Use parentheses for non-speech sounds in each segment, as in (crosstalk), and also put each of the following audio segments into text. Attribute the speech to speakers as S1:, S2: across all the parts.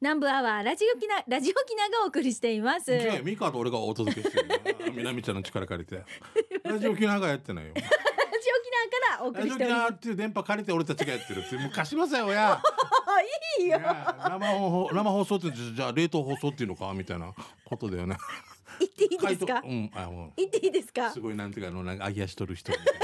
S1: 南部アワーラジオキナラジオキナがお送りしています。
S2: ねえミカと俺がお届けしてるよ (laughs) あ南ちゃんの力借り (laughs) てラジオ沖縄がやってないよ
S1: ラジオキナからお送
S2: (laughs) ラ
S1: りし
S2: ジオ沖
S1: ておりま
S2: 縄っていう電波借りて俺たちがやってるってもう貸しません親
S1: す。いい
S2: い
S1: よ。
S2: や生放生放送ってじゃあ冷凍放送っていうのかみたいなことだよね
S1: 言っていいですか
S2: 回答。うんあも
S1: 言っていいです
S2: う
S1: か。
S2: すごいなんていうかあのなんか揚げ足取る人みたいなね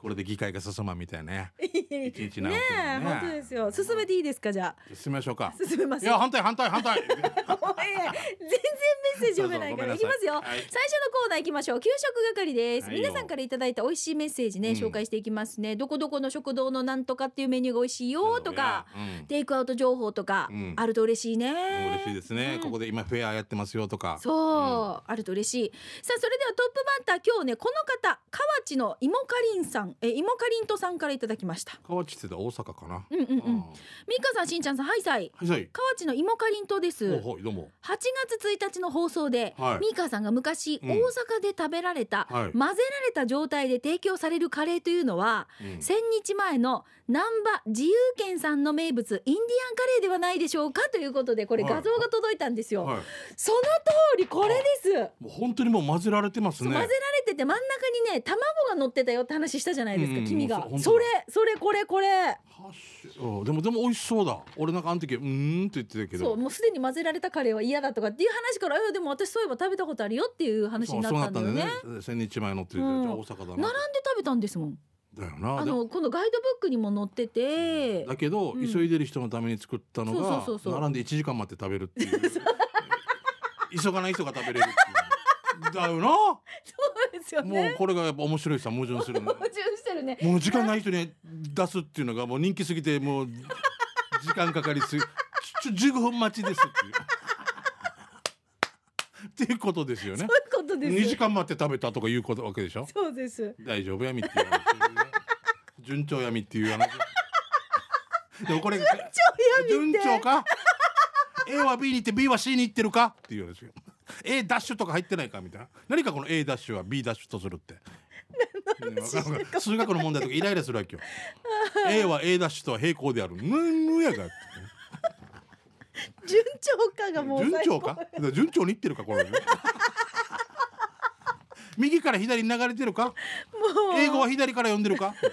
S2: これで議会が進まんみたいなね
S1: ね
S2: 一日
S1: え、
S2: なってるね
S1: 本当ですよ。進めていいですかじゃ
S2: 進めましょうか
S1: あ。進めま
S2: い
S1: す
S2: や
S1: よ。
S2: 反対反対反
S1: (laughs) お
S2: 対
S1: い全然メッセージ読めないから
S2: そう
S1: いき
S2: そうご
S1: ま
S2: めんなさい
S1: すよ、
S2: はい
S1: 最初のコーナーいきましょう給食係です、
S2: はいよ
S1: 皆さんからいただいた美味しいメッセージね、
S2: うん
S1: 紹介していきますねどこどこの食堂のなんとかっていうメニューが美味しいよとか
S2: うんうん
S1: テイクアウト情報とか、
S2: うん
S1: あると嬉しいね
S2: 嬉しいですね、
S1: うん
S2: ここで今フェアやってますよとか
S1: そう、あると嬉しいさあそれではトップバッター今日ねこの方河内のいもかりんさんえいもかりんとさんからいただきました
S2: 河内って言ったら大阪かな
S1: うんうんうん
S2: うん
S1: みかさんしんちゃんさんはいさい
S2: はいはい
S1: 河内のいもかりんとです
S2: おはいどうも
S1: 8月1日の放送で、
S2: はい
S1: ミーカーさんが昔、
S2: うん
S1: 大阪で食べられた、
S2: は
S1: 混
S2: い
S1: ぜられた状態で提供されるカレーというのは、
S2: うん
S1: 1000日前の難波自由軒さんの名物インディアンカレーではないでしょうかということでこれ
S2: はい
S1: 画像が届いたんですよ、
S2: はい
S1: その通りこれです、
S2: もう本当にもう混ぜられてます
S1: そう
S2: ね
S1: 混ぜられてて真ん中にね卵が乗ってたよって話したじゃないですか、
S2: うん
S1: 君
S2: そ
S1: が
S2: う本当だ
S1: それそれこれこれ
S2: はっしうんでもでも美味しそうだ俺なんかあの時うーんって言ってたけど
S1: そうもうすでに混ぜられたカレーは嫌だとかっていう話からいやでも私そういえば食べたことあるよっていう話
S2: そ
S1: に
S2: う
S1: なっ
S2: そうな
S1: た
S2: っ
S1: んだ
S2: たん
S1: よ
S2: だよ
S1: ね
S2: ね千日前のっていう、
S1: うん
S2: じゃあ大阪だ
S1: 並んで
S2: な
S1: 食べたんですもん
S2: だよな
S1: あ
S2: でも
S1: の今度ガイドブックにも載ってて
S2: だけど、
S1: うん
S2: 急いでる人のために作ったのが
S1: そうそうそうそう
S2: 並んで1時間待って食べるっていう
S1: (laughs)
S2: 急がない人が食べれるっていうだよな
S1: そうですよ
S2: も
S1: (laughs)
S2: う
S1: ね
S2: これがやっぱ面白いさ矛盾するの
S1: 矛盾してるね
S2: もう時間ない人に出すっていうのがもう人気すぎてもう (laughs) 時間かかりすぎちょちょ15分待ちですっていう。っていう (laughs) ことですよ
S1: そ
S2: ね。
S1: ういうことです
S2: 2時間待って食べたとかいうことわけでしょ
S1: そうです
S2: 大丈夫やみっていう話 (laughs) 順調やみっていう話でもこれ
S1: 順調やみって
S2: 順調か A は B に行って B は C に行ってるかっていう話よ A ダッシュとか入ってないかみたいな何かこの A ダッシュは B ダッシュとするってねわからんわからん数学の問題とかイライラす
S1: (laughs)
S2: るわけよ A は A ダッシュとは平行であるぬぬやが
S1: 順調かがもう
S2: 順
S1: 最
S2: 調
S1: 高
S2: かだから順調にいってる
S1: (laughs)
S2: かこれ右から左に流れてるか
S1: もう
S2: (laughs) 英語は左から読んでるか。 (laughs)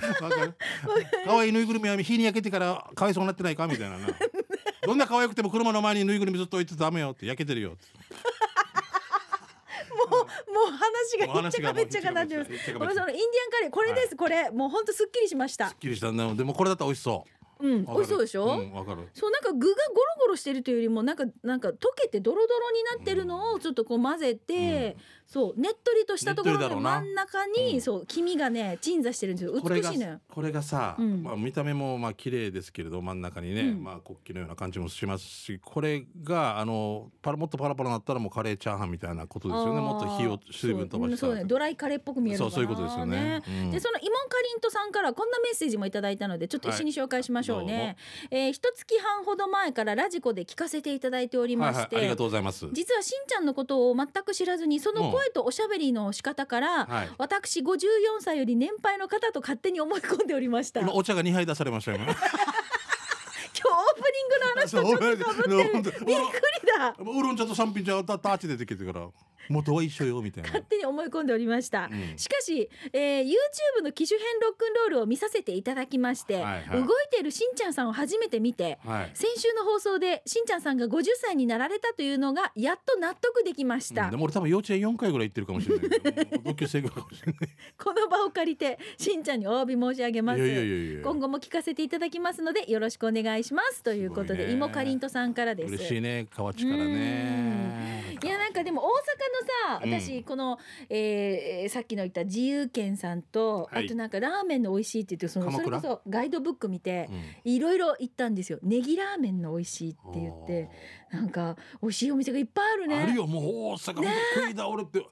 S2: わかる可愛いぬいぐるみは日に焼けてからかわいそうになってないかみた
S1: (laughs)
S2: いなな。どんな可愛くても車の前にぬいぐるみずっと置いてたらダメよって焼けてるよって。
S1: もうもう話
S2: も
S1: が
S2: う
S1: (laughs) めっち
S2: 話
S1: ゃ
S2: が
S1: かめっちゃかなっちゃいます
S2: もうひっちゃか
S1: ごめ
S2: めっ
S1: ん
S2: ちゃ
S1: そのインディアンカレーこれですこれもうほんとすっきりしました
S2: すっきりしたんだよでもこれだったら美味しそう。
S1: うん
S2: わか
S1: 美
S2: る
S1: 味しそうでしょ
S2: うんわかる。
S1: そうなんか具がゴロゴロしてるというよりもなんかなんか溶けてドロドロになってるのをちょっとこう混ぜて、そうねっとりとしたところ
S2: ねっと
S1: の
S2: りだろうな
S1: 真ん中
S2: う
S1: に
S2: ん
S1: そう黄身がね鎮座してるんですよ
S2: これ
S1: 美
S2: が
S1: しいのよ。
S2: これがさ、
S1: うん
S2: まあ見た目もまあ綺麗ですけれど真ん中にね、
S1: うん
S2: まあ国旗のような感じもしますしこれがあのパラもっとパラパラなったらもうカレーチャーハンみたいなことですよね
S1: あー
S2: もっと火を水分飛ばした
S1: そう,、
S2: ら
S1: そうね、ドライカレーっぽく見える
S2: そ
S1: の
S2: う
S1: かな
S2: そういうことですよね。うん
S1: でそのイモンカリントさんからこんなメッセージもいただいたのでちょっと一緒に紹介しましょう
S2: はい
S1: ね、えー一月半ほど前からラジコで聞かせていただいておりまして、
S2: はいはい、ありがとうございます。
S1: 実はしんちゃんのことを全く知らずにその声とおしゃべりの仕方から、
S2: はい。
S1: 私54歳より年配の方と勝手に思い込んでおりました今
S2: 今
S1: 日オー
S2: お茶が二杯出されましたよね。
S1: プニングの話とちょっと被ってる
S2: そう
S1: びっくり
S2: (laughs)
S1: だ
S2: ウーロン茶と三品茶だタッチ出てきてから元は一緒よみたいな。
S1: 勝手に思い込んでおりました、
S2: うん
S1: しかし、えー YouTube の機種編ロックンロールを見させていただきまして、
S2: はいは
S1: 動
S2: い
S1: いているしんちゃんさんを初めて見て
S2: はい。
S1: 先週の放送でしんちゃんさんが50歳になられたというのがやっと納得できました、
S2: うんでも俺多分幼稚園四回ぐらい行ってるかもしれないけど、もう同級生ぐらいかもしれな
S1: この場を借りてしんちゃんにお詫び申し上げま
S2: い。
S1: す
S2: いやいやいやいや。
S1: 今後も聞かせていただきますのでよろしくお願いしますということ
S2: すごい
S1: で
S2: ね
S1: いもかりんとさんからです
S2: 嬉しいね、河内からね。
S1: いやなんかでも大阪
S2: うん
S1: のさ私この、えーさっきの言った自由軒さんと、
S2: はい
S1: あとなんかラーメンの美味しいって言ってそのそ
S2: 鎌
S1: れこ
S2: 倉
S1: そガイドブック見て
S2: う。ん
S1: いろいろ行ったんですよ。ネギラーメンの美味しいって言って、なんか美味しいお店がいっぱいある
S2: あーある
S1: ね。
S2: よもう大阪本当食い倒れって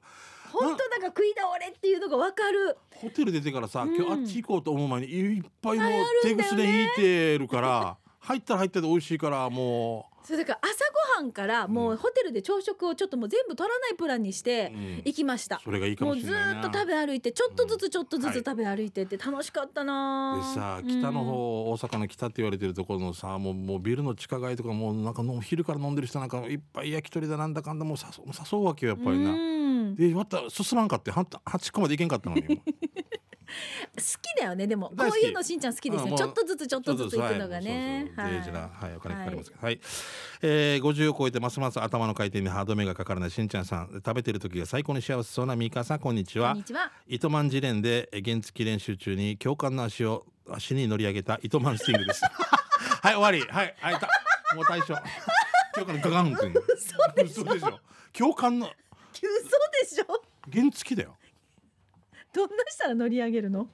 S1: 本当なんか食い倒れっていうのがわかる。
S2: ホテル出てからさ、
S1: うん
S2: 今日あっち行こうと思う前にいっぱいもう
S1: ある
S2: 手
S1: んだよ
S2: ぐす
S1: ね
S2: で引いてるから入ったら入ったで美味しいからも
S1: そうだから朝ごはんからもうホテルで朝食をちょっともう全部取らないプランにし
S2: う、
S1: て
S2: うん
S1: 行きました、
S2: それがいいか
S1: も
S2: も
S1: う
S2: し
S1: ず
S2: れない
S1: ー
S2: な
S1: っと食べ歩いてちょっとずつちょっとずつ
S2: はい
S1: 食べ歩いてって楽しかったな
S2: でさ北の方、大阪の北って言われてるところのさもうもうビルの地下街とかもうなんかの昼から飲んでる人なんかいっぱい焼き鳥だなんだかんだもう誘う誘うわけよやっぱりな。
S1: うん
S2: でまた進まんかってはん端っこまで行けんかったのにもう
S1: 好きだよねでもこ
S2: 大好き
S1: ういうのしんちゃん好きです
S2: あも
S1: ね
S2: う
S1: ちょっとずつちょっとずつ行くのがね
S2: そうそうそう大事な
S1: は
S2: はい、お金かかりますけど、はい、えー、50を超えてますます頭の回転に歯止めがかからないしんちゃんさん、食べてる時が最高に幸せそうなミカさんこんにち
S1: いこ
S2: は
S1: んに。ちは (laughs)
S2: 糸満自連でえー原付練習中に強悍な足を足に乗り上げた糸満スティングです。 (laughs) はい終わりはいはいたもう大将。強悍のガガン
S1: (laughs)
S2: 君。嘘でしょ。強悍の
S1: 急そうでしょ
S2: 原付だよ。
S1: どんなしたら乗り上げるの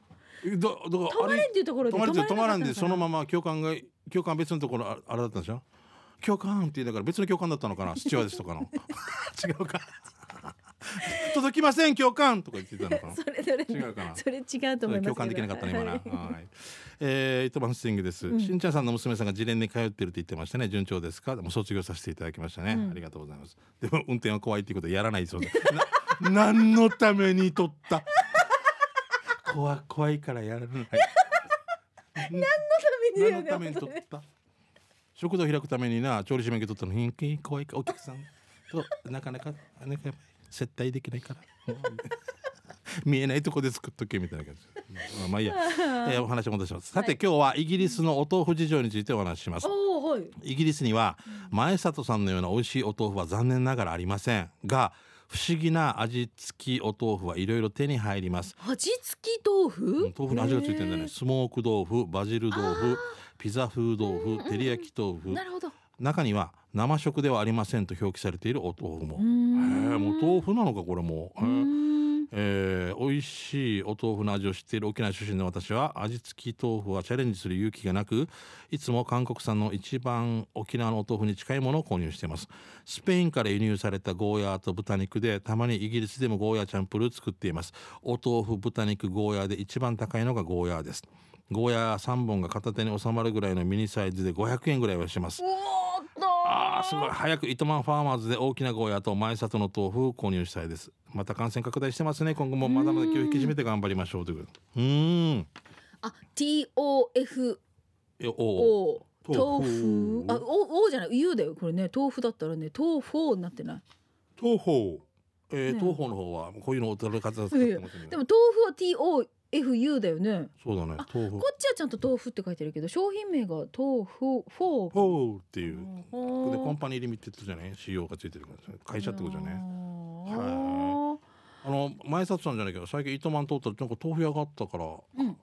S2: えだだから
S1: 止まれんっていうところで
S2: 止まれて止まらんでその
S1: ま
S2: まま教官が教官別のところああれだったんでしょ教官って言いながら別の教官だった
S1: (laughs)
S2: のかなスチュワーデスとかの (laughs) 違うか届きません教官とか言ってたのかな
S1: それそれ
S2: 違うかな
S1: それ違うと思います
S2: 共感できなかったね今な、
S1: は
S2: はい
S1: (laughs)
S2: い、えー、糸満スティングです、
S1: うん
S2: しんちゃんさんの娘さんが自連に通ってるって言ってましたね順調ですかもう卒業させていただきましたね、
S1: うん
S2: ありがとうございますでも運転は怖いっていうことはやらないそうですな (laughs) 何のために取った (laughs) 怖い怖いからやらない
S1: 何の
S2: 何のた
S1: た
S2: め
S1: め
S2: に
S1: に
S2: 取った食堂開くためにな調理師免許取ったのに怖いかお客さんとなかなかなか接待できないからも (laughs) う見えないとこで作っとけみたいな感じ、まあ、まあいいや、えーお話戻しますさて、
S1: はい
S2: 今日はイギリスのお豆腐事情についてお話しします
S1: おおはい
S2: イギリスには前里さんのような美味しいお豆腐は残念ながらありませんが不思議な味付きお豆腐はいろいろ手に入ります
S1: 味付き豆
S2: う
S1: 腐
S2: ん豆腐の味がついてるんだ
S1: へ
S2: ね
S1: ー
S2: スモーク豆腐バジル豆腐ピザ風豆
S1: うんうんうん
S2: 腐照り焼き豆腐
S1: なるほど
S2: 中には生食ではありませんと表記されているお豆腐も
S1: うー
S2: へえ
S1: ん
S2: もう豆腐なのかこれもう
S1: う
S2: へえ
S1: ーん
S2: えー美味しいお豆腐の味を知っている沖縄出身の私は味付き豆腐はチャレンジする勇気がなくいつも韓国産の一番沖縄のお豆腐に近いものを購入していますスペインから輸入されたゴーヤーと豚肉でたまにイギリスでもゴーヤーチャンプルーを作っていますお豆腐豚肉ゴーヤーで一番高いのがゴーヤーですゴーヤー3本が片手に収まるぐらいのミニサイズで500円ぐらいはします
S1: おーっと
S2: あーすごい早く糸満ファーマーズで大きなゴーヤーと前里の豆腐を購入したいですまた感染拡大してますね今後もまだまだ気を引き締めて頑張りましょうということうーん
S1: あ TOFO
S2: えおう
S1: 豆
S2: 豆
S1: 腐
S2: 腐
S1: あおおじゃない U だよこれね豆腐だったらね豆腐になってない
S2: 豆腐えー
S1: ね
S2: 豆腐の方はこういうのを食べ方
S1: い
S2: 使っ
S1: や
S2: て
S1: いや
S2: ますね
S1: でも豆腐は TOFU だよね
S2: そうだね
S1: あ
S2: 豆腐
S1: こっちはちゃんと豆腐って書いてるけど商品名が豆腐フォー
S2: 豆腐っていうここでコン
S1: ン
S2: パニーリミテッドじゃね CO がついてるから会社ってことじゃね
S1: ね
S2: あの前里さんじゃないけど最近糸満通ったらなんか豆腐屋があったから
S1: うん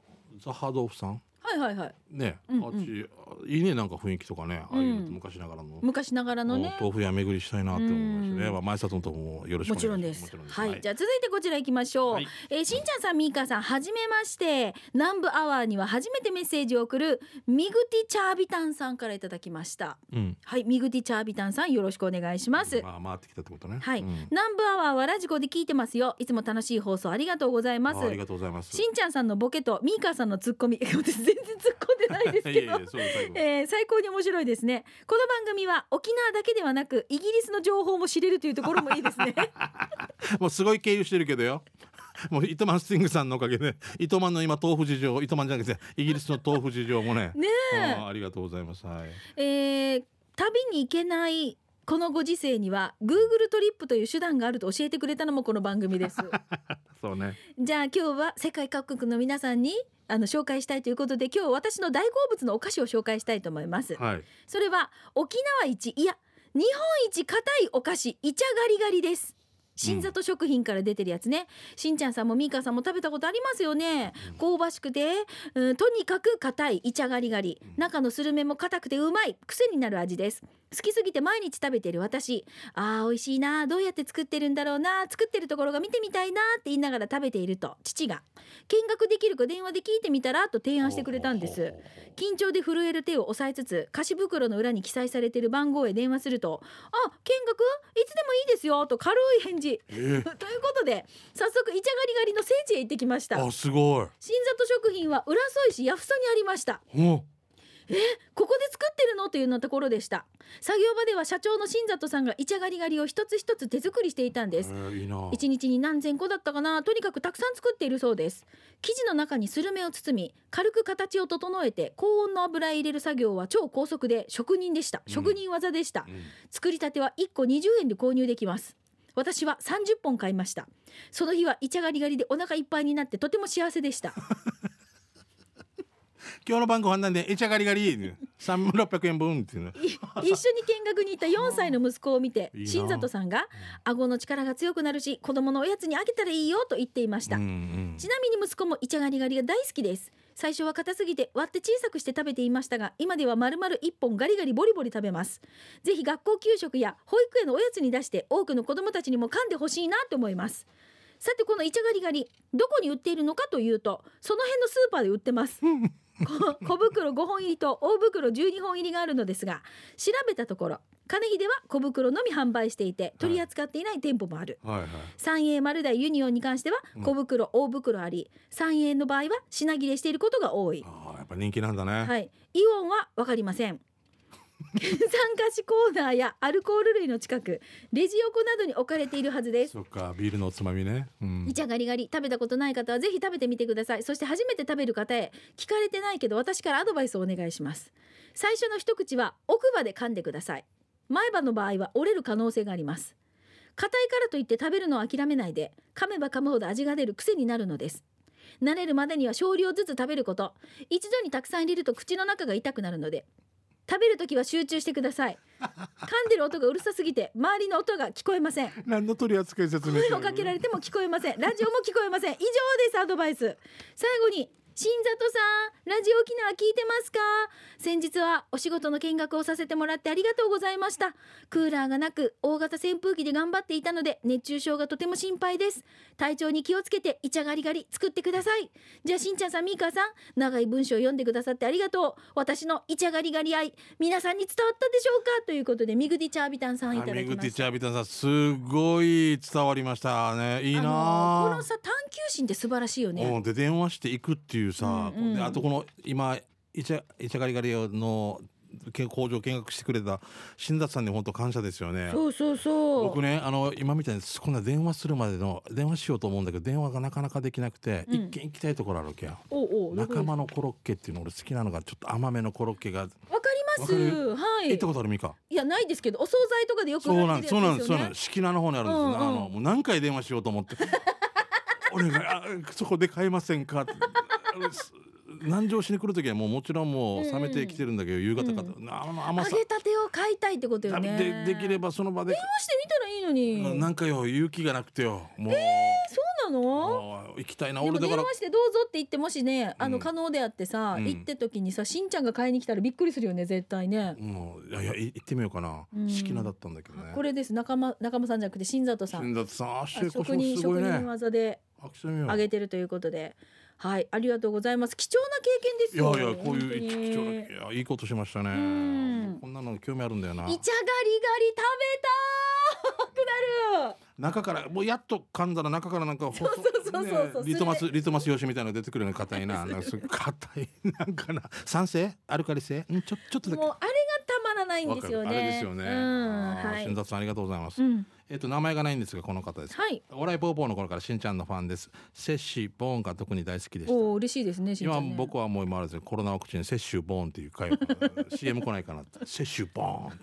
S2: ザハ豆腐さん
S1: はいはいはい
S2: ね、
S1: うんうん
S2: あっちあいいねなんか雰囲気とかねああいうの
S1: うん
S2: 昔ながらの、
S1: 昔ながらのね
S2: 豆腐屋巡りしたいなって思いました
S1: う
S2: ね。
S1: ん
S2: まあ前里のとこもよろしく
S1: も
S2: お
S1: ちろ
S2: 願
S1: ん
S2: いしま。
S1: ですす
S2: もちろん
S1: はい、じゃあ続いてこちら行きましょう、
S2: はい
S1: えーしんちゃんさんみーかさんはじめまして南部アワーには初めてメッセージを送るミグティチャービタンさんからいただきました
S2: うん。
S1: はいミグティチャービタンさんよろしくお願いします、
S2: まあ回ってきたってことね。
S1: はい
S2: うん
S1: 南部アワーはラジコで聞いてますよいつも楽しい放送ありがとうございます
S2: あありがとうございます。
S1: しんちゃんさんのボケとミーカーさんのツッコミ (laughs) 私全然ツッコんでないです
S2: (laughs) いや
S1: け
S2: い
S1: ど
S2: やそう最後。
S1: えー最高に面白いですねこの番組は沖縄だけではなくイギリスの情報も知れるというところもいいですね
S2: もうすごい経由してるけどよ。もう糸満スティングさんのおかげで糸満の今豆腐事情糸満じゃなくてイギリスの豆腐事情もね。
S1: ねえ
S2: ああありがとうございます。はい。
S1: えー旅に行けないこのご時世には Google トリップという手段があると教えてくれたのもこの番組です
S2: そうね。
S1: じゃあ今日は世界各国の皆さんにあの紹介したいということで今日私の大好物のお菓子を紹介したいと思います
S2: はい。
S1: それは沖縄一いや日本一硬いお菓子イチャガリガリです新里食品から出てるやつね、しんちゃんさんもみーかさんも食べたことありますよね、香ばしくて、うん、とにかく硬いイチャガリガリ中のスルメも硬くてうまい癖になる味です好きすぎて毎日食べてる私あー美味しいなどうやって作ってるんだろうな作ってるところが見てみたいなって言いながら食べていると父が見学できるか電話で聞いてみたらと提案してくれたんです
S2: ほうほうほうほう。
S1: 緊張で震える手を押さえつつ菓子袋の裏に記載されている番号へ電話すると「あ見学いつでもいいですよ」と軽い返事 (laughs)
S2: え
S1: ということで早速イチャガリガリの聖地へ行ってきました
S2: え。あすごい。
S1: 新里食品は浦添市八布曽にありました
S2: ほう。
S1: へここで作ってるのというようなところでした作業場では社長の新里さんがイチャガリガリを一つ一つ手作りしていたんで
S2: え
S1: す
S2: ー、いいな
S1: 一日に何千個だったかなとにかくたくさん作っているそうです生地の中にスルメを包み軽く形を整えて高温の油へ入れる作業は超高速で職人でした
S2: うん
S1: 職人技でした、
S2: うん
S1: 作りたては1個20円で購入できます私は30本買いましたその日はイチャガリガリでお腹いっぱいになってとても幸せでした
S2: 今日の晩ご飯なんでえちゃがりがり三六百円分っていうの
S1: い
S2: (laughs)
S1: 一緒に見学に行った4歳の息子を見て
S2: いいな
S1: 新里さんが顎の力が強くなるし子供のおやつにあげたらいいよと言っていました、
S2: うんうん
S1: ちなみに息子もイチャガリガリが大好きです最初は硬すぎて割って小さくして食べていましたが今では丸々1本ガリガリボリボリ食べますぜひ学校給食や保育園のおやつに出して多くの子どもたちにも噛んでほしいなと思いますさてこのイチャガリガリどこに売っているのかというとその辺のスーパーで売ってます
S2: (laughs)
S1: こ小袋5本入りと大袋12本入りがあるのですが調べたところ金秀は小袋のみ販売していて取り扱っていない店舗もある、
S2: はいはい
S1: 三栄丸大ユニオンに関しては
S2: うん
S1: 小袋、大袋あり三栄の場合は品切れしていることが多い、
S2: ああやっぱ人気なんだね、
S1: はい、イオンは分かりません県産菓子コーナーやアルコール類の近くレジ横などに置かれているはずです
S2: そっかビールのおつまみね、うん
S1: イチャガリガリ食べたことない方はぜひ食べてみてくださいそして初めて食べる方へ聞かれてないけど私からアドバイスをお願いします最初の一口は奥歯で噛んでください前歯の場合は折れる可能性があります硬いからといって食べるのを諦めないで噛めば噛むほど味が出る癖になるのです慣れるまでには少量ずつ食べること一度にたくさん入れると口の中が痛くなるので食べるときは集中してください噛んでる音がうるさすぎて周りの音が聞こえません
S2: 何の取り扱い説明
S1: 声をかけられても聞こえませんラジオも聞こえません以上ですアドバイス最後に新里さんラジオ沖縄聞いてますか先日はお仕事の見学をさせてもらってありがとうございましたクーラーがなく大型扇風機で頑張っていたので熱中症がとても心配です体調に気をつけてイチャガリガリ作ってくださいじゃあしんちゃんさんみーかーさん長い文章を読んでくださってありがとう私のイチャガリガリ愛皆さんに伝わったでしょうかということでミグディチャービタンさんい
S2: ア
S1: ただ
S2: ミ
S1: きま
S2: グ
S1: した
S2: ティチャービタンさんすごい伝わりましたねいいな
S1: あ
S2: あ
S1: のこのさ探求心って素晴らしいよ
S2: う
S1: ね。
S2: ん、で電話していくっていうさ、
S1: うんうん
S2: であとこの今イチャイチャガリガリのけ工場見学してくれた新達さんに本当感謝ですよね。
S1: そうそうそう。
S2: 僕ねあの今みたいにこんな電話するまでの電話しようと思うんだけど電話がなかなかできなくて、
S1: うん
S2: 一軒行きたいところあるわけや
S1: おうおう
S2: 仲間のコロッケっていうの俺好きなのがちょっと甘めのコロッケが、
S1: わかります。はい。
S2: 行ったことあるミカ
S1: いやないですけどお惣菜とかでよく
S2: そうなん
S1: 売られて
S2: です、
S1: る
S2: そう
S1: や
S2: なん
S1: つで
S2: で、
S1: すす
S2: そ
S1: よ
S2: うなん
S1: ね
S2: で。す。敷名の方にあるんです、
S1: うんうん
S2: あの、もう何回電話しようと思
S1: (laughs)
S2: って。俺が、あ、そこで買いませんかって。あのす南城しに来る時はもうもちろんもう冷めてきてるんだけど、夕方かと、あの甘さ
S1: 揚げたてを買いたいってことよね。
S2: でできれ
S1: ば。
S2: ばその場で、
S1: どうしてみたらいいのに。
S2: なんかよ勇気がなくてよもう,、
S1: そうなの？
S2: もう行きたいな
S1: でも
S2: 俺だ
S1: 電
S2: から
S1: 話してどうぞって言ってもしねあ
S2: う
S1: の
S2: ん
S1: 可能であってさ、
S2: うん
S1: 行って時にさしんちゃんが買いに来たらびっくりするよね絶対ね。
S2: もういやいやい行ってみようかな
S1: うん
S2: 敷名だったんだけどね
S1: これです仲間仲間さんじゃなくて新里さん。
S2: 新里さん足
S1: あ
S2: 腰も
S1: 職人
S2: すご
S1: 職
S2: い
S1: 人
S2: ね
S1: 技で
S2: あきてみよう
S1: 上げてるということで、はい、ありがとうございます。貴重な経験です
S2: いや
S1: よ。
S2: いやこう
S1: 本当
S2: い
S1: に
S2: う貴重ないやいいことしましたね
S1: ん
S2: こんなの興味あるんだよな
S1: イチャガリガリ食べたーくなる。
S2: 中からもうやっと噛んだら中からなんか
S1: (laughs)
S2: 細
S1: そうそうそうそうそう
S2: リトマスリトマス用紙みたいなの出てくるの硬いななんかすごい硬いなんかな酸性アルカリ性んちょちょっとだけ
S1: もうあれがたまらないん
S2: わ
S1: で
S2: か
S1: す
S2: る
S1: よね。
S2: あれですよね、
S1: うん、
S2: あー
S1: はい。
S2: 新里さんありがとうございます、
S1: うん、
S2: えっと名前がないんですがこの方です
S1: はい。
S2: お笑いボーボーの頃からしんちゃんのファンですセッシーボーンが特に大好きでした
S1: おお、嬉しいですね。しんちゃ
S2: 今
S1: んね
S2: 僕はもう今あるんですよコロナワクチン接種ボーンっていう
S1: (laughs)
S2: 会話 CM 来ないかなって接種ボーンっ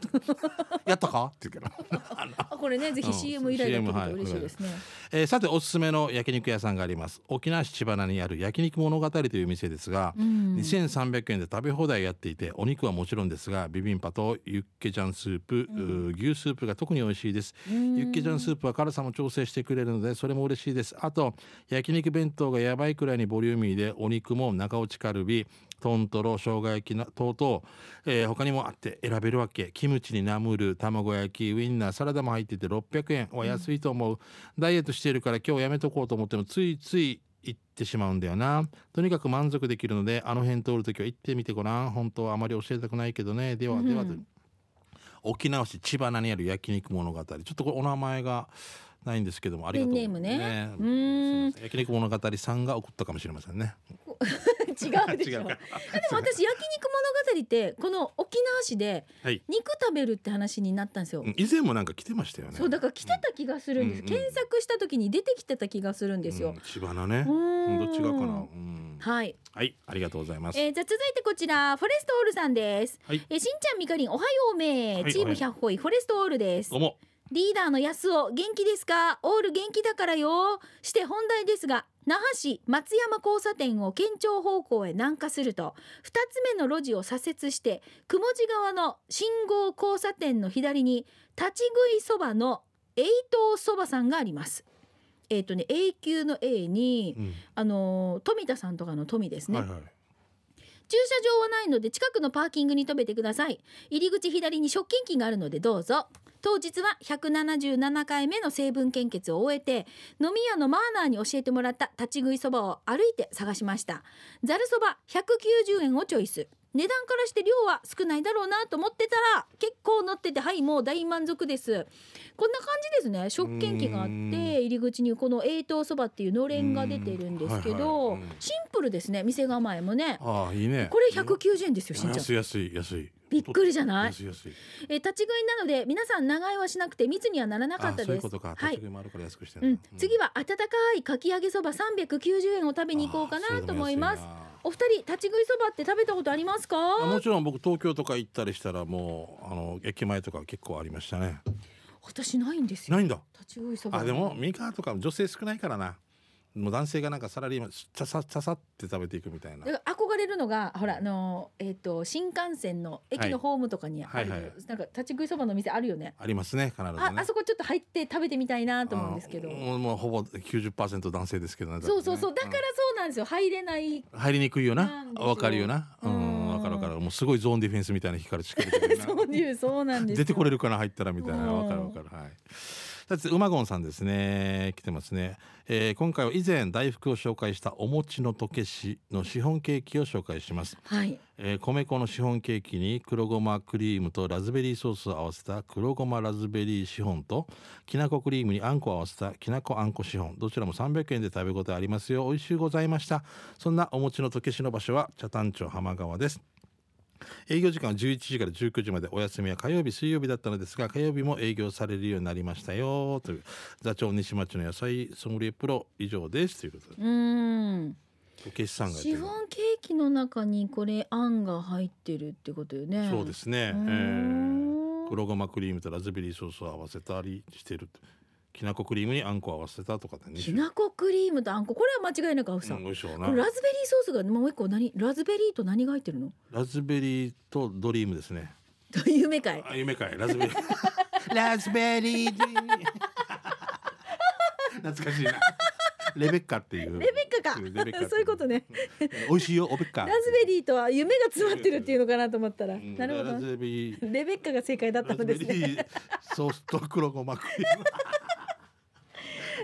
S2: てやったかって言うけどあの
S1: あ、これね、ぜ
S2: う
S1: ひ
S2: ん
S1: CM 依頼が
S2: CM
S1: 来
S2: はい
S1: ると嬉しいですね。
S2: えーさておすすめの焼肉屋さんがあります沖縄市千葉にある焼肉物語という店ですが、
S1: うん。
S2: 2300円で食べ放題やっていてお肉はもちろんですがビビンパとユッケジャンスープ、うー牛スープが特に美味しいです、ユッケジャンスープは辛さも調整してくれるのでそれも嬉しいですあと焼肉弁当がやばいくらいにボリューミーでお肉も中落ちカルビ豚トロ生姜焼きな等々、えー他にもあって選べるわけキムチにナムル卵焼きウインナーサラダも入ってて600円は安いと思う、ダイエットしているから今日やめとこうと思ってもついつい行ってしまうんだよなとにかく満足できるのであの辺通るときは行ってみてごらん本当はあまり教えたくないけどねではではと、
S1: うん
S2: 沖縄市千葉にある焼肉物語ちょっとこれお名前がないんですけどもありがとう
S1: ペンネームねうーん
S2: ねすいません焼肉物語さんが送ったかもしれませんね
S1: 違うでしょでも
S2: (laughs) 違うか
S1: 私焼肉物語ってこの沖縄市で
S2: はい
S1: 肉食べるって話になったんですよ、
S2: うん以前もなんか来てましたよね
S1: そうだから来てた気がするんです、
S2: うんうん
S1: 検索した時に出てきてた気がするんですよ
S2: う、ん千葉なね
S1: うーん
S2: どっちがかなうん
S1: はい、
S2: はいありがとうございます
S1: えー、じゃあ続いてこちらフォレストオールさんです、
S2: はい
S1: えーしんちゃんみかりんおはようめ
S2: はい
S1: チーム100ホイフォレストオールです
S2: どうも
S1: リーダーの安尾元気ですかオール元気だからよして本題ですが那覇市松山交差点を県庁方向へ南下すると2つ目の路地を左折して雲地側の信号交差点の左に立ち食いそばの永東そばさんがありますえっ、とね永久の A に
S2: うん
S1: あのー富田さんとかの富ですね、
S2: はいはい
S1: 駐車場はないので近くのパーキングに停めてください入り口左に食券機があるのでどうぞ当日は177回目の成分献血を終えて飲み屋のマーナーに教えてもらった立ち食いそばを歩いて探しましたざるそば190円をチョイス値段からして量は少ないだろうなと思ってたら結構乗っててはいもう大満足ですこんな感じですね食券機があっ
S2: う
S1: て
S2: ん
S1: 入り口にこの冷凍そばっていうのれんが出てるんですけど
S2: うんはいはいうん
S1: シンプルですね店構えもね
S2: ああいいね
S1: これ190円ですよ、しんちゃん
S2: 安。い安い安い
S1: びっくりじゃない
S2: 安い安い
S1: えー立ち食いなので、皆さん長居はしなくて、密にはならなか
S2: あ
S1: った
S2: そう
S1: で
S2: い
S1: す。
S2: うことか
S1: は
S2: 立ち
S1: い
S2: 食。いもあるから安くしてん
S1: う
S2: だ
S1: ん、次は温かいかき揚げそば390円を食べに行こうかなと思います
S2: あ。ーそれでも安いな
S1: お二人立ち食いそばって食べたことありますか？
S2: あもちろん僕東京とか行ったりしたらもうあの駅前とか結構ありましたね
S1: 私ないんですよ。
S2: ないんだ
S1: 立ち食いそば。
S2: あでもミカとか女性少ないからなもう男性がなんかサラリーマンささささって食べていくみたいな
S1: だから憧れるのがほらあのーえっ、と新幹線の駅のホームとかにある、
S2: はいはいはい
S1: なんか立ち食いそばの店あるよね。
S2: ありますね必ずね
S1: ああそこちょっと入って食べてみたいなと思うんですけど
S2: あ。もうもうほぼ90%男性ですけどね
S1: そうそうそうだ
S2: 多分
S1: から
S2: ね
S1: そうなんですよ入れない
S2: うん入りにくいよ
S1: な
S2: なん
S1: ですよ
S2: わかるよなう
S1: うん
S2: んわかるわかるもうすごいゾーンディフェンスみたいな光る仕掛けてるよ
S1: (laughs)
S2: な
S1: そういうそうなんですよ
S2: 出てこれるかな入ったらみたいな
S1: うん
S2: わかるわかるはいさて馬ゴンさんですね来てますね、えー今回は以前大福を紹介したお餅のとけしのシフォンケーキを紹介します、
S1: はい
S2: えー米粉のシフォンケーキに黒ごまクリームとラズベリーソースを合わせた黒ごまラズベリーシフォンときなこクリームにあんこを合わせたきなこあんこシフォンどちらも300円で食べ応えありますよ美味しゅうございましたそんなお餅のとけしの場所は茶谷町浜川です営業時間は11時から19時までお休みは火曜日水曜日だったのですが火曜日も営業されるようになりましたよという座長西町の野菜ソムリエプロ以上ですということで
S1: うーん
S2: とけしさんがやって
S1: シ
S2: る
S1: フォンケーキの中にこれあんが入ってるってことよね
S2: そうですね、え
S1: うー
S2: ー
S1: ん
S2: 黒ごまクリームとラズベリーソースを合わせたりしてるってきなこクリームにあんこを合わせたとかでね
S1: きなこクリームとあんここれは間違いなく合うさ、
S2: うん美味しそう
S1: こ
S2: な
S1: れラズベリーソースがもう一個何ラズベリーと何が入ってるの (laughs)
S2: ラズベリーとドリームですね
S1: 夢かい
S2: あ夢かいラ
S1: (laughs)
S2: ズベリーラズベリードリーム懐かしいなレベッカっていう
S1: レベッカか
S2: うんレベッカって
S1: (laughs) そういうことね
S2: 美味しいよオベッカ
S1: ラズベリーとは夢が詰まってるっていうのかなと思ったら、
S2: うん
S1: なるほ
S2: ラ
S1: ど
S2: ズベリー
S1: レベッカが正解だった
S2: ラ
S1: の
S2: ズ
S1: です
S2: ベリ
S1: ね
S2: ーソースと黒ごまクリー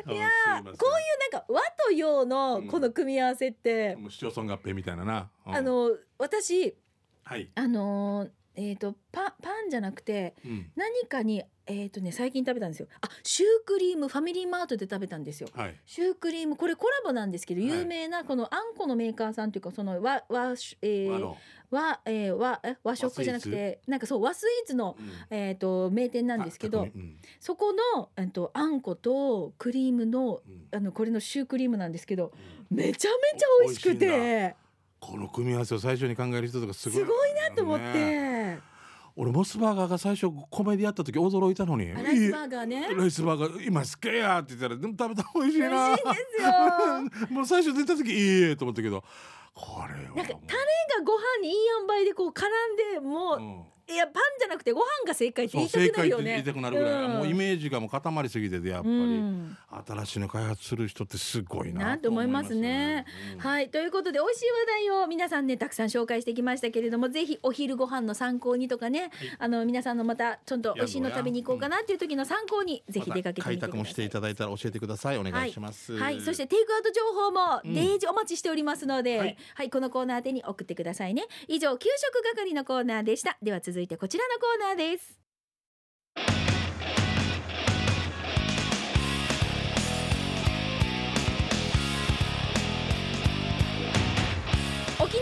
S2: ム
S1: いや
S2: あす
S1: ーこういうなん
S2: ません
S1: か和と洋のこの組み合わせって、
S2: もう市町村合併みたいなな、うん
S1: あの私
S2: はい、
S1: あのーえー、とパンパンじゃなくて
S2: うん、
S1: 何かにえっ、とね最近食べたんですよあシュークリームファミリーマートで食べたんですよ
S2: はい
S1: シュークリームこれコラボなんですけど
S2: はい
S1: 有名なこのあんこのメーカーさんというかその和和,、えー
S2: あの、
S1: 和えー和え和食じゃなく
S2: 和スイ
S1: てなんかそう和スイーツの、
S2: うん
S1: えー、と名店なんですけ
S2: あ
S1: ど
S2: 匠うん
S1: そこの、えっとあんことクリームの
S2: うん
S1: あのこれのシュークリームなんですけど
S2: うん
S1: めちゃめちゃ美味しく
S2: お美味しい
S1: て
S2: この組み合わせを最初に考える人とかす
S1: す
S2: ごい
S1: ごいなと思って、
S2: ね俺モスバーガーが最初米でやった時驚いたのに
S1: あライスバーガーね
S2: えライスバーガー今好きやって言ったらでも食べたら美味しい
S1: 美
S2: な
S1: 味しいんです
S2: (laughs)
S1: よ。なんか
S2: もう最初出た時いいえと思ったけどこれは
S1: タレがご
S2: もう
S1: 飯にいい塩梅でこう絡んでもう、
S2: うん
S1: いやパンじゃなくてご飯が正解って
S2: そ
S1: 言
S2: う
S1: いたくな
S2: 正解
S1: る
S2: って
S1: よね。
S2: 言いたくなるぐらい、
S1: うん
S2: もうイメージがもう固まりすぎててやっぱり、
S1: うん
S2: 新しいの開発する人ってすごいな
S1: なと思いますね
S2: うん
S1: はいということで美味しい話題を皆さんねたくさん紹介してきましたけれどもぜひお昼ご飯の参考にとかね、あの皆さんのまたちょっと美味しいの食べに行こうかなっていう時の参考にぜひ出かけてみてく
S2: また開拓
S1: だ
S2: も
S1: さ
S2: して
S1: い
S2: い。ただいたら教えてくださいお願いします
S1: はい、そしてテイクアウト情報も
S2: うん
S1: デイジお待ちしておりますので、
S2: は
S1: はい
S2: い、
S1: このコーナー宛てに送ってくださいね。以上給食係のコーナーでした。では続いてこちらのコーナーです。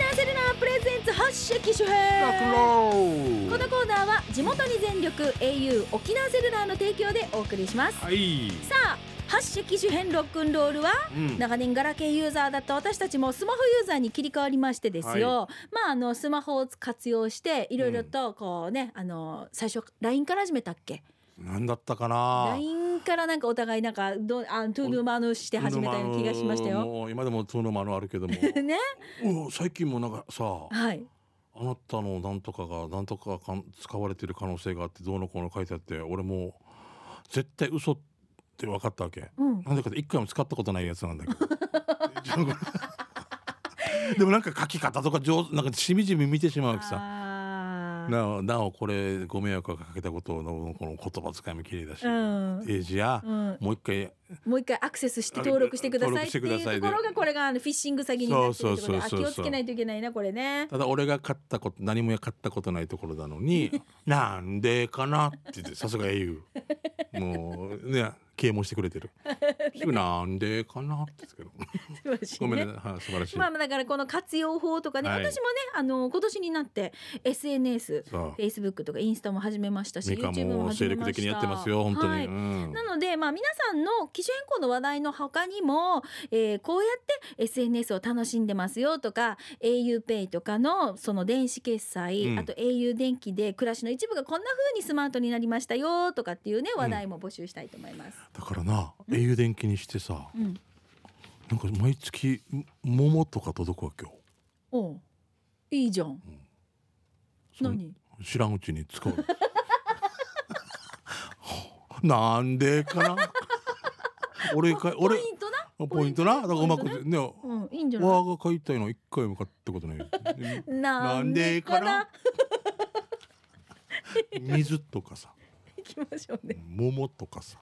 S1: ッシュ機種編このコーナーは地元に全力 au 沖縄セルラーの提供でお送りします
S2: はい、
S1: さあハッシュ機種編ロックンロールは
S2: うん、
S1: 長年ガラケーユーザーだった私たちもスマホユーザーに切り替わりましてですよ、まああのスマホを活用していろいろとこうね、あの最初 LINE から始めたっけ
S2: なんだったかな
S1: LINE からなんかお互いなんかどあトゥードゥーマヌして始めたような気がしました
S2: うん
S1: よ。
S2: もう今でもトゥーノマのあるけ
S1: (laughs)
S2: ども
S1: ね
S2: うん最近もなんかさ
S1: はい
S2: あなたのなんとかがなんとかかん使われてる可能性があってどうのこうの書いてあって俺もう絶対嘘って分かったわけ
S1: うん、
S2: なんでかって一回も使ったことないやつなん
S1: (laughs)
S2: だけどちょっとこれでもなんか書き方とか上手なんかしみじみ見てしまうわけさ
S1: あー
S2: なおなおこれご迷惑をかけたことのこの言葉遣いも綺麗だし、
S1: うん
S2: ページや、
S1: うん、
S2: もう一回
S1: もう一回アクセスして登録してくださいって
S2: 登録
S1: い
S2: してくださいうで
S1: ところがこれがあのフィッシング詐欺になってるってことであ
S2: そうそうそうそう
S1: 気をつけないといけないなこれね。
S2: ただ俺が買ったこと何も買ったことないところな
S1: (laughs)
S2: のになんでかなって言ってさすが英雄もうね啓蒙してくれ
S1: (laughs)
S2: てるすぐなんでかなって言ってたけど
S1: 素晴らしい
S2: ごめん
S1: ね
S2: ね、はい、素晴らしい、
S1: まあだからこの活用法とかね、
S2: はい
S1: 私もねあの今年になって SNS
S2: さあ
S1: Facebook とかインスタも始めましたし
S2: ミカ
S1: YouTube も
S2: も
S1: 始め
S2: 精力
S1: ました
S2: 的にやってますよ本当に、
S1: はいうなので、まあ、皆さんの機種変更の話題の他にも、えーこうやって SNS を楽しんでますよとか auPay とかのその電子決済、
S2: うん
S1: あと au 電気で暮らしの一部がこんな風にスマートになりましたよとかっていうね話題も募集したいと思います。
S2: だからな英雄電気にしてさ
S1: うん
S2: なんか毎月も桃とか届くわけよ
S1: おういいじゃん。
S2: そん
S1: 何
S2: 知らんうちに使う (laughs) なんでかな俺か
S1: ポ
S2: 俺
S1: イントな、
S2: ポイントなだからうまく
S1: ポイント
S2: ね
S1: うん、いいんじゃない
S2: わが買いたいの一回も買ったことないよ
S1: なんでか
S2: な
S1: なん
S2: 水とかさ
S1: 行きましょうね。 (laughs)
S2: 桃とかさ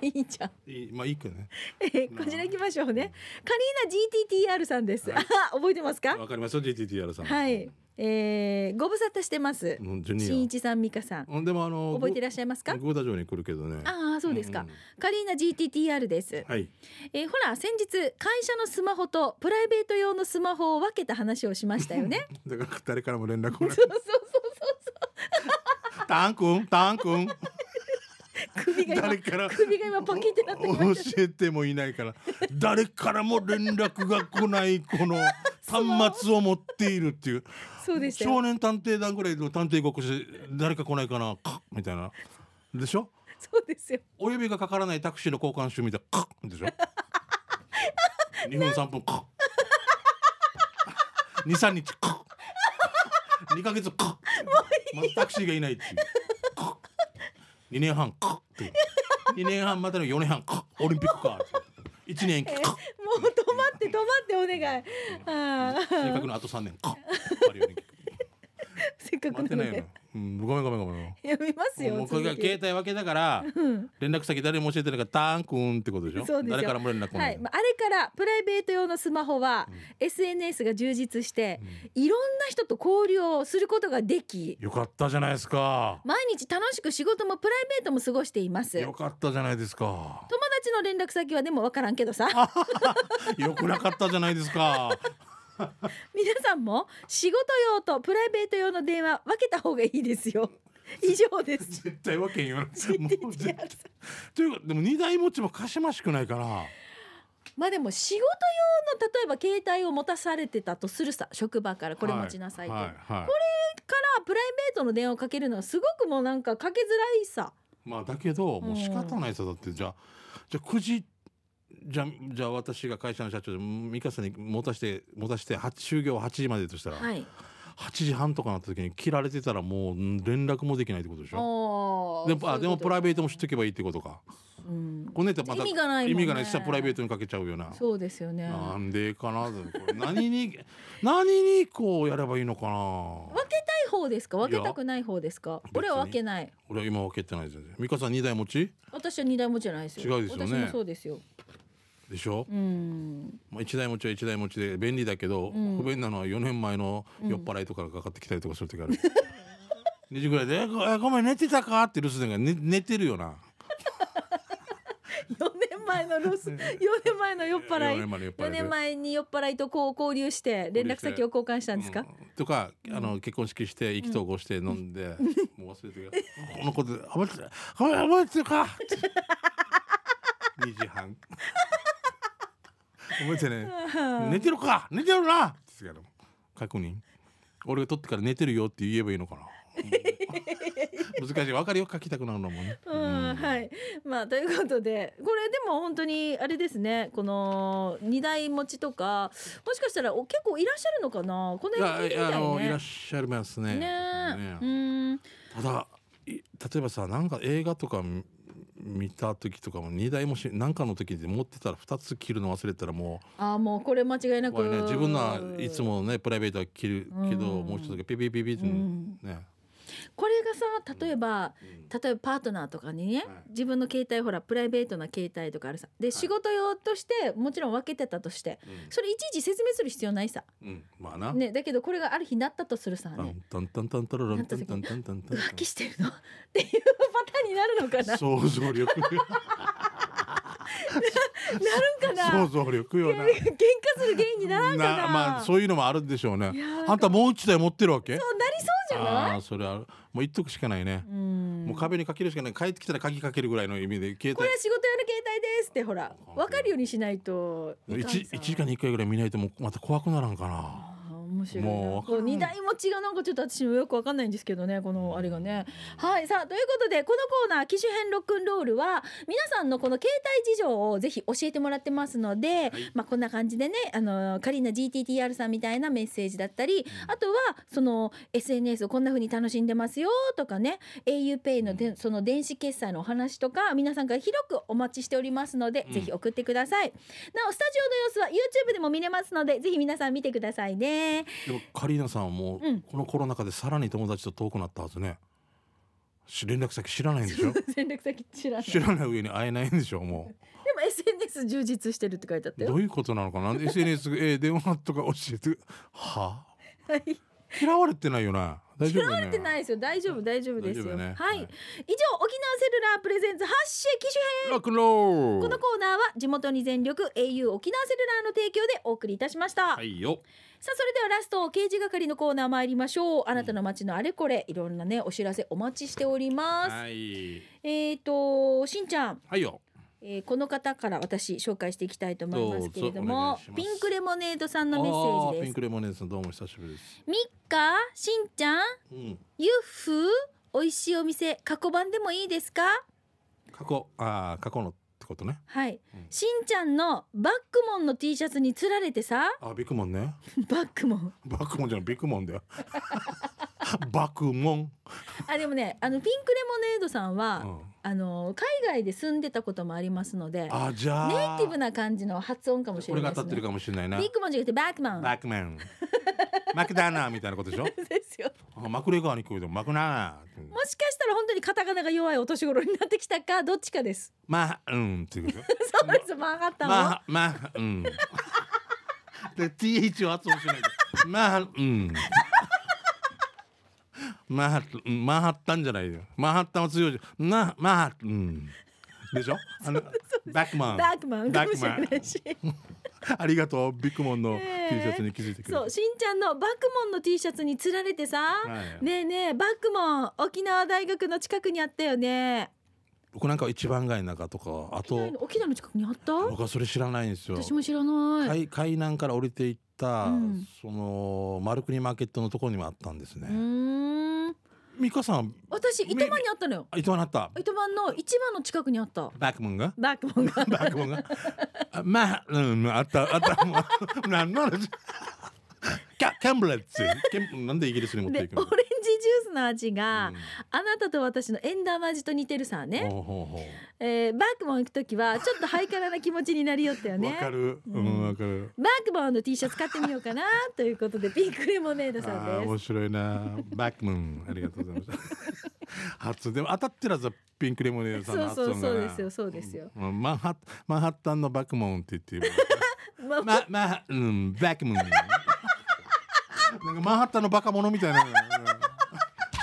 S1: いいじゃん。
S2: いいまあいいけどね
S1: えーこちら行きましょうね。カリーナ GTTR さんです。
S2: は
S1: (laughs) 覚えてますか
S2: わかりますよ GTTR さん
S1: はい、えー、ご無沙汰してます
S2: う。んジュ
S1: 新
S2: ニ
S1: 一さん、美香さん、
S2: アうんでもあの
S1: 覚えてい
S2: ら
S1: らっしゃいますか。
S2: ゴーダ城に来るけどね
S1: ああ、そうですか。
S2: んん
S1: カリーナ GTTR です。
S2: はい
S1: えーほら、先日会社のスマホとプライベート用のスマホを分けた話をしましたよね。
S2: だから誰からも連絡も
S1: (laughs) そ
S2: ら
S1: う
S2: え
S1: そうそう
S2: タン君タ
S1: (laughs)
S2: ン君
S1: そう。首が
S2: 誰
S1: 今、
S2: から
S1: 首が今パキってなってきま
S2: 教
S1: し
S2: えてもいないから誰からも連絡が来ない
S1: (laughs)
S2: この端末を持っているっていう
S1: た。そうでした
S2: 少
S1: よ。
S2: 年探偵団ぐらいの探偵ごっこして誰か来ないかなカッみたいなでしょ
S1: そうですよ。
S2: お指がかからないタクシーの交換手みたいなカ
S1: (laughs)
S2: ッでしょ2分3分カッ23日カッ2ヶ月カッまたタクシーがいないっていうカッ2年半カッって2年半またの4年半カッオリンピックか1年
S1: え
S2: 期
S1: ー
S2: カッ
S1: もう止まって、止まって、お願 (laughs) い。あ
S2: 正
S1: あ、
S2: 確のあと3年カッパリオリンピック
S1: せっかく
S2: 待って
S1: なの
S2: ないよ
S1: で
S2: ね。、うん、ごめんごめんごめん
S1: やめますよ。
S2: もうこれが
S1: 続
S2: 携
S1: き
S2: 帯分けだから
S1: うん。
S2: 連絡先誰も教えてないからターンくんってことでしょ
S1: そうですよ
S2: 誰からも連絡来な、
S1: はいい、まああれからプライベート用のスマホは SNS が充実していろんな人と交流をすることができ
S2: よかったじゃないですか
S1: 毎日楽しく仕事もプライベートも過ごしています
S2: よ
S1: 友
S2: かったじゃないですか
S1: 達の連絡先はでもわからんけどさ
S2: よくなかったじゃないですか
S1: (laughs) 皆さんも仕事用とプライベート用の電話分けた方がいいです
S2: (laughs)
S1: よ以上です
S2: 絶対わけんよなもう絶
S1: GTTR
S2: 対というかでも二台持ちもかしましくないから
S1: まあでも仕事用の例えば携帯を持たされてたとするさ職場からこれ持ちなさいと、
S2: はいはいはい
S1: からプライベートの電話をかけるのはすごくもうなんかかけづらいさ
S2: まあだけどもう仕方
S1: うん
S2: ないさだってじゃあじゃあ9時じゃあじゃあ私が会社の社長でうん美香さんに持たして持たしては終業8時までとしたら、
S1: はい
S2: 8時半とかなった時に切られてたらもううん連絡もできないってことでしょ
S1: おー
S2: でもあでもプライベートも知っ
S1: そ
S2: とけばいいってことか
S1: ういうこと
S2: このネタまた
S1: 意味がないもんね
S2: 意味がないしたらプライベートにかけちゃうよな
S1: うん、そうですよね
S2: な
S1: 分
S2: んでかなこれ何に何にこうやればいいのかな
S1: けたい方ですか分けたくない方ですか
S2: 別に
S1: 俺は分けない
S2: 俺は今分けてないですよね美香さん2台持ち
S1: 私は二台持ちじゃないですよ
S2: 違うですよね
S1: 私もそうですよ
S2: でしょ、
S1: うん
S2: まあ、1台持ちは1台持ちで便利だけど、
S1: うん
S2: 不便なのは4年前の酔っ払いとかがかかってきたりとかする時ある、2時ぐらいでえ「ごえごめん寝てたか?」って留守電が、ね、寝てるよな
S1: 4年年前の
S2: (laughs)
S1: ロス4年前の酔っ払い
S2: 4年前の酔っ払
S1: 4
S2: いで
S1: 年前に酔っ払いとこう交流して連絡先を交換したんですか
S2: うんとかあの結婚式して意気投合して飲んで、もう忘れてるよ (laughs) このことで「覚えてる覚えてるか!」2時半覚えてね寝てるか寝てるなって言ってたから確認俺が取ってから寝てるよって言えばいいのかな (laughs) 難しい分かるよ書きたくなるのもね、
S1: うん、はいまあということでこれでも本当にあれですねこの二台持ちとかもしかしたらお結構いらっしゃるのかなこの
S2: いや
S1: 辺聞い
S2: い
S1: てみ
S2: やあ
S1: たい
S2: のいら
S1: ね
S2: っ。しゃいますね
S1: ね
S2: ね
S1: うん
S2: ただい例えばさなんか映画とかみ見た時とかも2台もし何かの時に持ってたら2つ切るの忘れたらも
S1: あーもうこれ間違いな
S2: うこ
S1: く、
S2: れ、ね、自分のはいつもねプライベートは切るけど、
S1: うん
S2: もう一つだけピピピピって
S1: う
S2: ね、
S1: ん
S2: ね
S1: これがさ例えば例えばパートナーとかにね、
S2: い
S1: 自分の携帯ほらプライベートな携帯とかあるさで仕事用としてもちろん分けてたとしてそれいちいち説明する必要ないさ、
S2: うん、うん、まあな、
S1: ね、だけどこれがある日なったとするさ、
S2: タ
S1: ね
S2: ン、タンタンタンタラランタンタンタンタンタン
S1: 浮気してるのっていうパターンになるのかな
S2: 想像力
S1: なるんかな
S2: 想像力よ
S1: 喧
S2: な
S1: 嘩する原因にならんかな
S2: まあ
S1: そう
S2: そういうのもあるんでしょうね
S1: いやー
S2: あんたもう一台持ってるわけ
S1: なりそうじゃない
S2: あーそれはもう言っとくしかないね、
S1: うん
S2: もう壁にかけるしかない帰ってきたら鍵かけるぐらいの意味で携
S1: これは仕事用の携帯ですってほら分かるようにしないと
S2: 帯
S1: いかんさ
S2: 1, 時間に1回ぐらい見ないともうまた怖くならんかな
S1: あー面白いな
S2: もうわ
S1: こ
S2: から
S1: うん二台持ちがなんかちょっと私もよくわかんないんですけどねこのあれがねはいさあということでこのコーナー機種編ロックンロールは皆さんのこの携帯事情をぜひ教えてもらってますので、まあこんな感じでねあのカリーナ GTTR さんみたいなメッセージだったりあとはその SNS をこんな風に楽しんでますよとかね auPay のでその電子決済のお話とか皆さんから広くお待ちしておりますので、
S2: うん
S1: ぜひ送ってくださいなおスタジオの様子は YouTube でも見れますのでぜひ皆さん見てくださいね
S2: でもカリーナさんはも
S1: うん
S2: うこのコロナ禍でさらに友達と遠くなったはずねし連絡先知らないんでしょ
S1: 連絡先知らない
S2: 知
S1: でも
S2: らない上に会えないんでしょも
S1: SNS 充実してるって書いてあった
S2: うど
S1: よ
S2: ういうことなのかな SNS、えー電話とか教えてはあ
S1: はい
S2: 嫌われてないよね大丈夫よね
S1: 嫌われてないですよ大丈夫大丈夫です
S2: 大
S1: よ
S2: 丈夫ね
S1: はい、
S2: は
S1: 以
S2: い
S1: 上沖縄セルラープレゼンツ発信機種編
S2: ロックンロール
S1: このコーナーは地元に全力 au 沖縄セルラーの提供でお送りいたしました、
S2: はいよ
S1: さあそれではラスト刑事係のコーナー参りましょうあなたの街のあれこれいろんなねお知らせお待ちしております、
S2: はい
S1: えーとしんちゃん
S2: はいよ
S1: えーこの方から私紹介していきたいと思いますけれど
S2: ど
S1: も
S2: うぞお願いします
S1: ピンクレモネードさんのメ
S2: あ
S1: ッセー
S2: ー
S1: ジ
S2: ピ
S1: で
S2: ン
S1: す
S2: クレモネードさんどうも久しぶりです
S1: みっかしんちゃん
S2: うん
S1: ゆっふ美味しいお店過去版でもいいですか
S2: 過去ああ過去のってことね
S1: はい、
S2: うん
S1: しんちゃんのバックモンの T シャツにつられてさ
S2: あビッグモンね
S1: バックモン
S2: (laughs) バックモンじゃないビッグモンだよ (laughs) バックモン、
S1: あでもねあのピンクレモネードさん
S2: う
S1: は、
S2: ん、
S1: あの海外で住んでたこともありますので
S2: あじゃあ
S1: ネイティブな感じの発音かもし
S2: こ
S1: れ
S2: れ
S1: な
S2: が
S1: いです
S2: 当たっ
S1: ね
S2: てるかもしれないな
S1: ビッグモンじゃなくてバックモン
S2: バックマンマクダーナーみたいなことでしょ
S1: ですよ
S2: あマクレガーに聞こえてもマクナーって
S1: もしかしたら本当にカタカナが弱いお年頃になってきたかどっちかです。 (laughs)
S2: まあうんっていうこと
S1: そうです。曲がったの。
S2: まあまあうん (laughs) で TH を発音しないでまあうんまあうんマンハッタンじゃないよマンハッタンは強いじゃんなまあうん
S1: (laughs)
S2: でしょあのバックマン
S1: バックマンか
S2: バ
S1: も
S2: ック
S1: しれ
S2: マン
S1: ないし。
S2: ありがとうビッグモンの T シャツに気づいてくれて、
S1: そう、しんちゃんのバックモンの T シャツにつられてさ。
S2: はい
S1: ねえねえ、バックモン、沖縄大学の近くにあったよね。
S2: 僕なんかは一番街の中とかあ
S1: 沖縄
S2: と
S1: の沖縄の近くにあった。
S2: 僕はそれ知らないんですよ
S1: 私も知らない。
S2: 海海南から降りていった、
S1: うん
S2: そのマルクニマーケットのところにもあったんです
S1: う
S2: ね、
S1: ーん。
S2: 美香さん
S1: 私、糸満にあったのよ。
S2: あ糸満あった
S1: 糸満の一番の近くにあった。
S2: バックモンが
S1: バックモンが。
S2: バックモンがあまあうんあったあったもう何の話キャキャンブレッツキャンなんでイギリスに持っ
S1: で、オ
S2: て
S1: レン
S2: い
S1: ジ
S2: く
S1: ジュース
S2: の
S1: の味が、あなたと私のエンダーマ味と似てるさね。
S2: うんほうほうほう
S1: えーバックモン行く時
S2: (laughs)
S1: はちょっとハイカラな気持ちになりよったよ
S2: わ、
S1: ね。
S2: かるう
S1: うん
S2: んわかる
S1: バックモンの T シャツ買ってみようかなということ
S2: (laughs)
S1: でピンクレモネードさん
S2: あー
S1: で
S2: 面白いな。バックムーン、ありがとうございました。発音でも当たってるはずだピンクレモネード
S1: す。
S2: さんの
S1: そう
S2: 発
S1: そ
S2: 音
S1: う
S2: がな
S1: そうですよそうですよ。
S2: うんマンハッマンハッタンのバックモンって言って、
S1: まあ、
S2: (laughs) ままうんバックムーン。なんかマンハッタンのバカ者みたいな。うん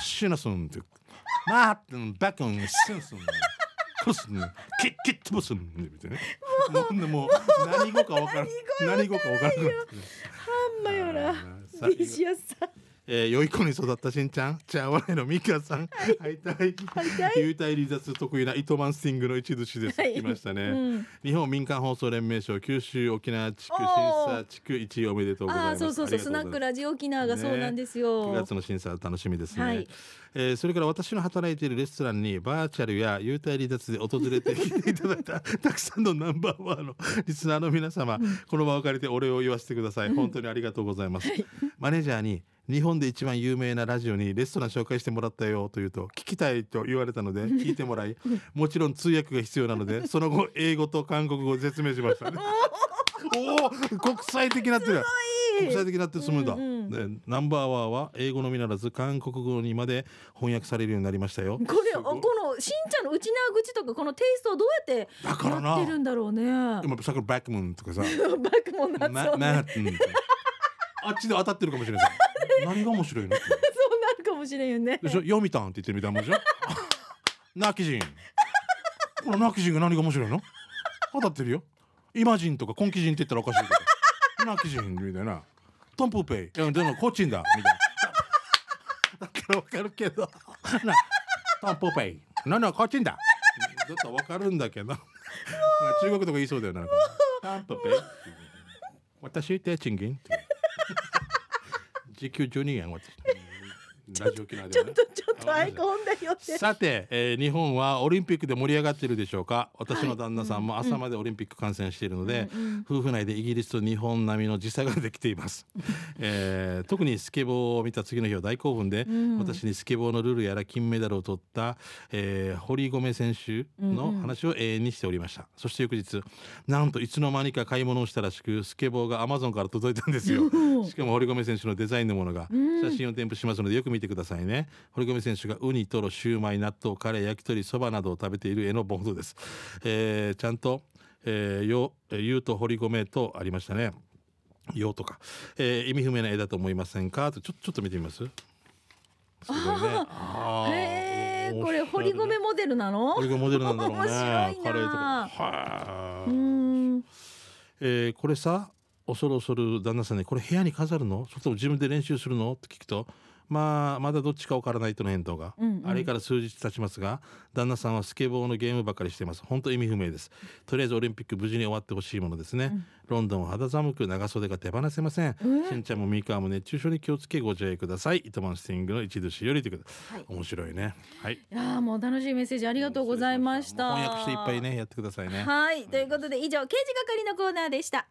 S2: シュナソンって。マンハッタンのバックモンシュナソン。クロスね。キッキッとボスンみたいなねもうもう何語かわからん何語かわからん
S1: ほんまよら
S2: あーさ
S1: デシアさん
S2: えー、良い子に育ったしんちゃん、ちゃんわないのみかさん、はいたい、幽体離脱得意な糸満スティングの一寿司です。
S1: はい
S2: 来ましたね、
S1: うん
S2: 日本民間放送連盟賞、九州沖縄地区
S1: お
S2: 審
S1: ー
S2: 査地区一位おめでとうござい
S1: あ
S2: ま
S1: ー
S2: す。
S1: そうそうそうスナ
S2: あり
S1: ック
S2: がとございます
S1: ラジオ沖縄がそうなんですよ、
S2: 9月の審査楽しみですね、
S1: はい
S2: えーそれから私の働いているレストランにバーチャルや幽体離脱で訪れてきていただい
S1: (laughs)
S2: たたくさんのナンバーワンのリスナーの皆様、この場を借りてお礼を言わせてください本当にありがとうございます、マネージャーに日本で一番有名なラジオにレストラン紹介してもらったよというと聞きたいと言われたので聞いてもらいもちろん通訳が必要なのでその後英語と韓国語を説明しまし
S1: (laughs)
S2: た、ね、おお国際的になってる国際的になって進むんだ、
S1: うんうん
S2: でナンバーワーは英語のみならず韓国語にまで翻訳されるようになりましたよ
S1: これあこのしんちゃんのうちな口とかこのテイストをどうや
S2: だか
S1: ってや
S2: らな
S1: ってるんだろうねバ
S2: 今さっきのバックムーン
S1: (laughs)
S2: とかさ
S1: ックもな
S2: マ
S1: っ
S2: マ
S1: そうね
S2: ンハッタンとかあっちで当たってるかもしれない
S1: (laughs)
S2: 何が面白いのって
S1: そうなるかもしれんよね
S2: でしょ読みたんって言ってるみたいな
S1: (laughs)
S2: もんでしょナキジンこのナキジンが何が面白いの当たってるよイマジンとかコンキジンって言ったらおかしいけどナキジンみたいなトンプーペイいやでもこっちんだみたいなだからわかるけどなトンプーペイなんだこっちんだちょっとわかるんだけど中国とか言いそうだよなトンプーペイ私って賃金 (laughs) って時給12円私ラジオ機内で
S1: ちょ
S2: は
S1: っ
S2: ね
S1: とちょっとアイコンだよって
S2: さて、えー日本はオリンピックで盛り上がっているでしょうか私の旦那さんも朝までオリンピック観戦しているので、夫婦内でイギリスと日本並みの時差ができています、 (laughs) えー特にスケボーを見た次の日は大興奮で、私にスケボーのルールやら金メダルを取った、えー堀米選手の話を永遠にしておりました、そして翌日なんといつの間にか買い物をしたらしくスケボーがアマゾンから届いたんですよしかも堀米選手のデザインのものが写真を添付しますのでよく見てくださいね、堀米選手がウニトロシューマイ納豆カレー焼き鳥そばなどを食べている絵のボードです、えーちゃんと、えー、よえーゆうと堀米とありましたねようとか、えー意味不明な絵だと思いませんかとちょちょっと見てみますすごいねあー
S1: へえ
S2: お
S1: これ
S2: おしゃ
S1: 堀米モデルなの
S2: 堀米モデルなんだろうね
S1: 面白いな
S2: カレーとかはあ
S1: うーん
S2: えーこれさ恐る恐る旦那さんに「これ部屋に飾るのそれとも自分で練習するの?」って聞くと「まあまだどっちかわからない」との返答が、
S1: うんうん
S2: あれから数日経ちますが旦那さんはスケボーのゲームばかりしています本当意味不明ですとりあえずオリンピック無事に終わってほしいものですね、ロンドンは肌寒く長袖が手放せません、しんちゃんもミーカーも熱中症に気をつけご自愛ください糸満スティングの一度しよりということで、面白いねはい
S1: いやーもう楽しいメッセージありがとうございました
S2: 翻訳していっぱいねやってくださいね
S1: はいということで以上刑事係のコーナーでした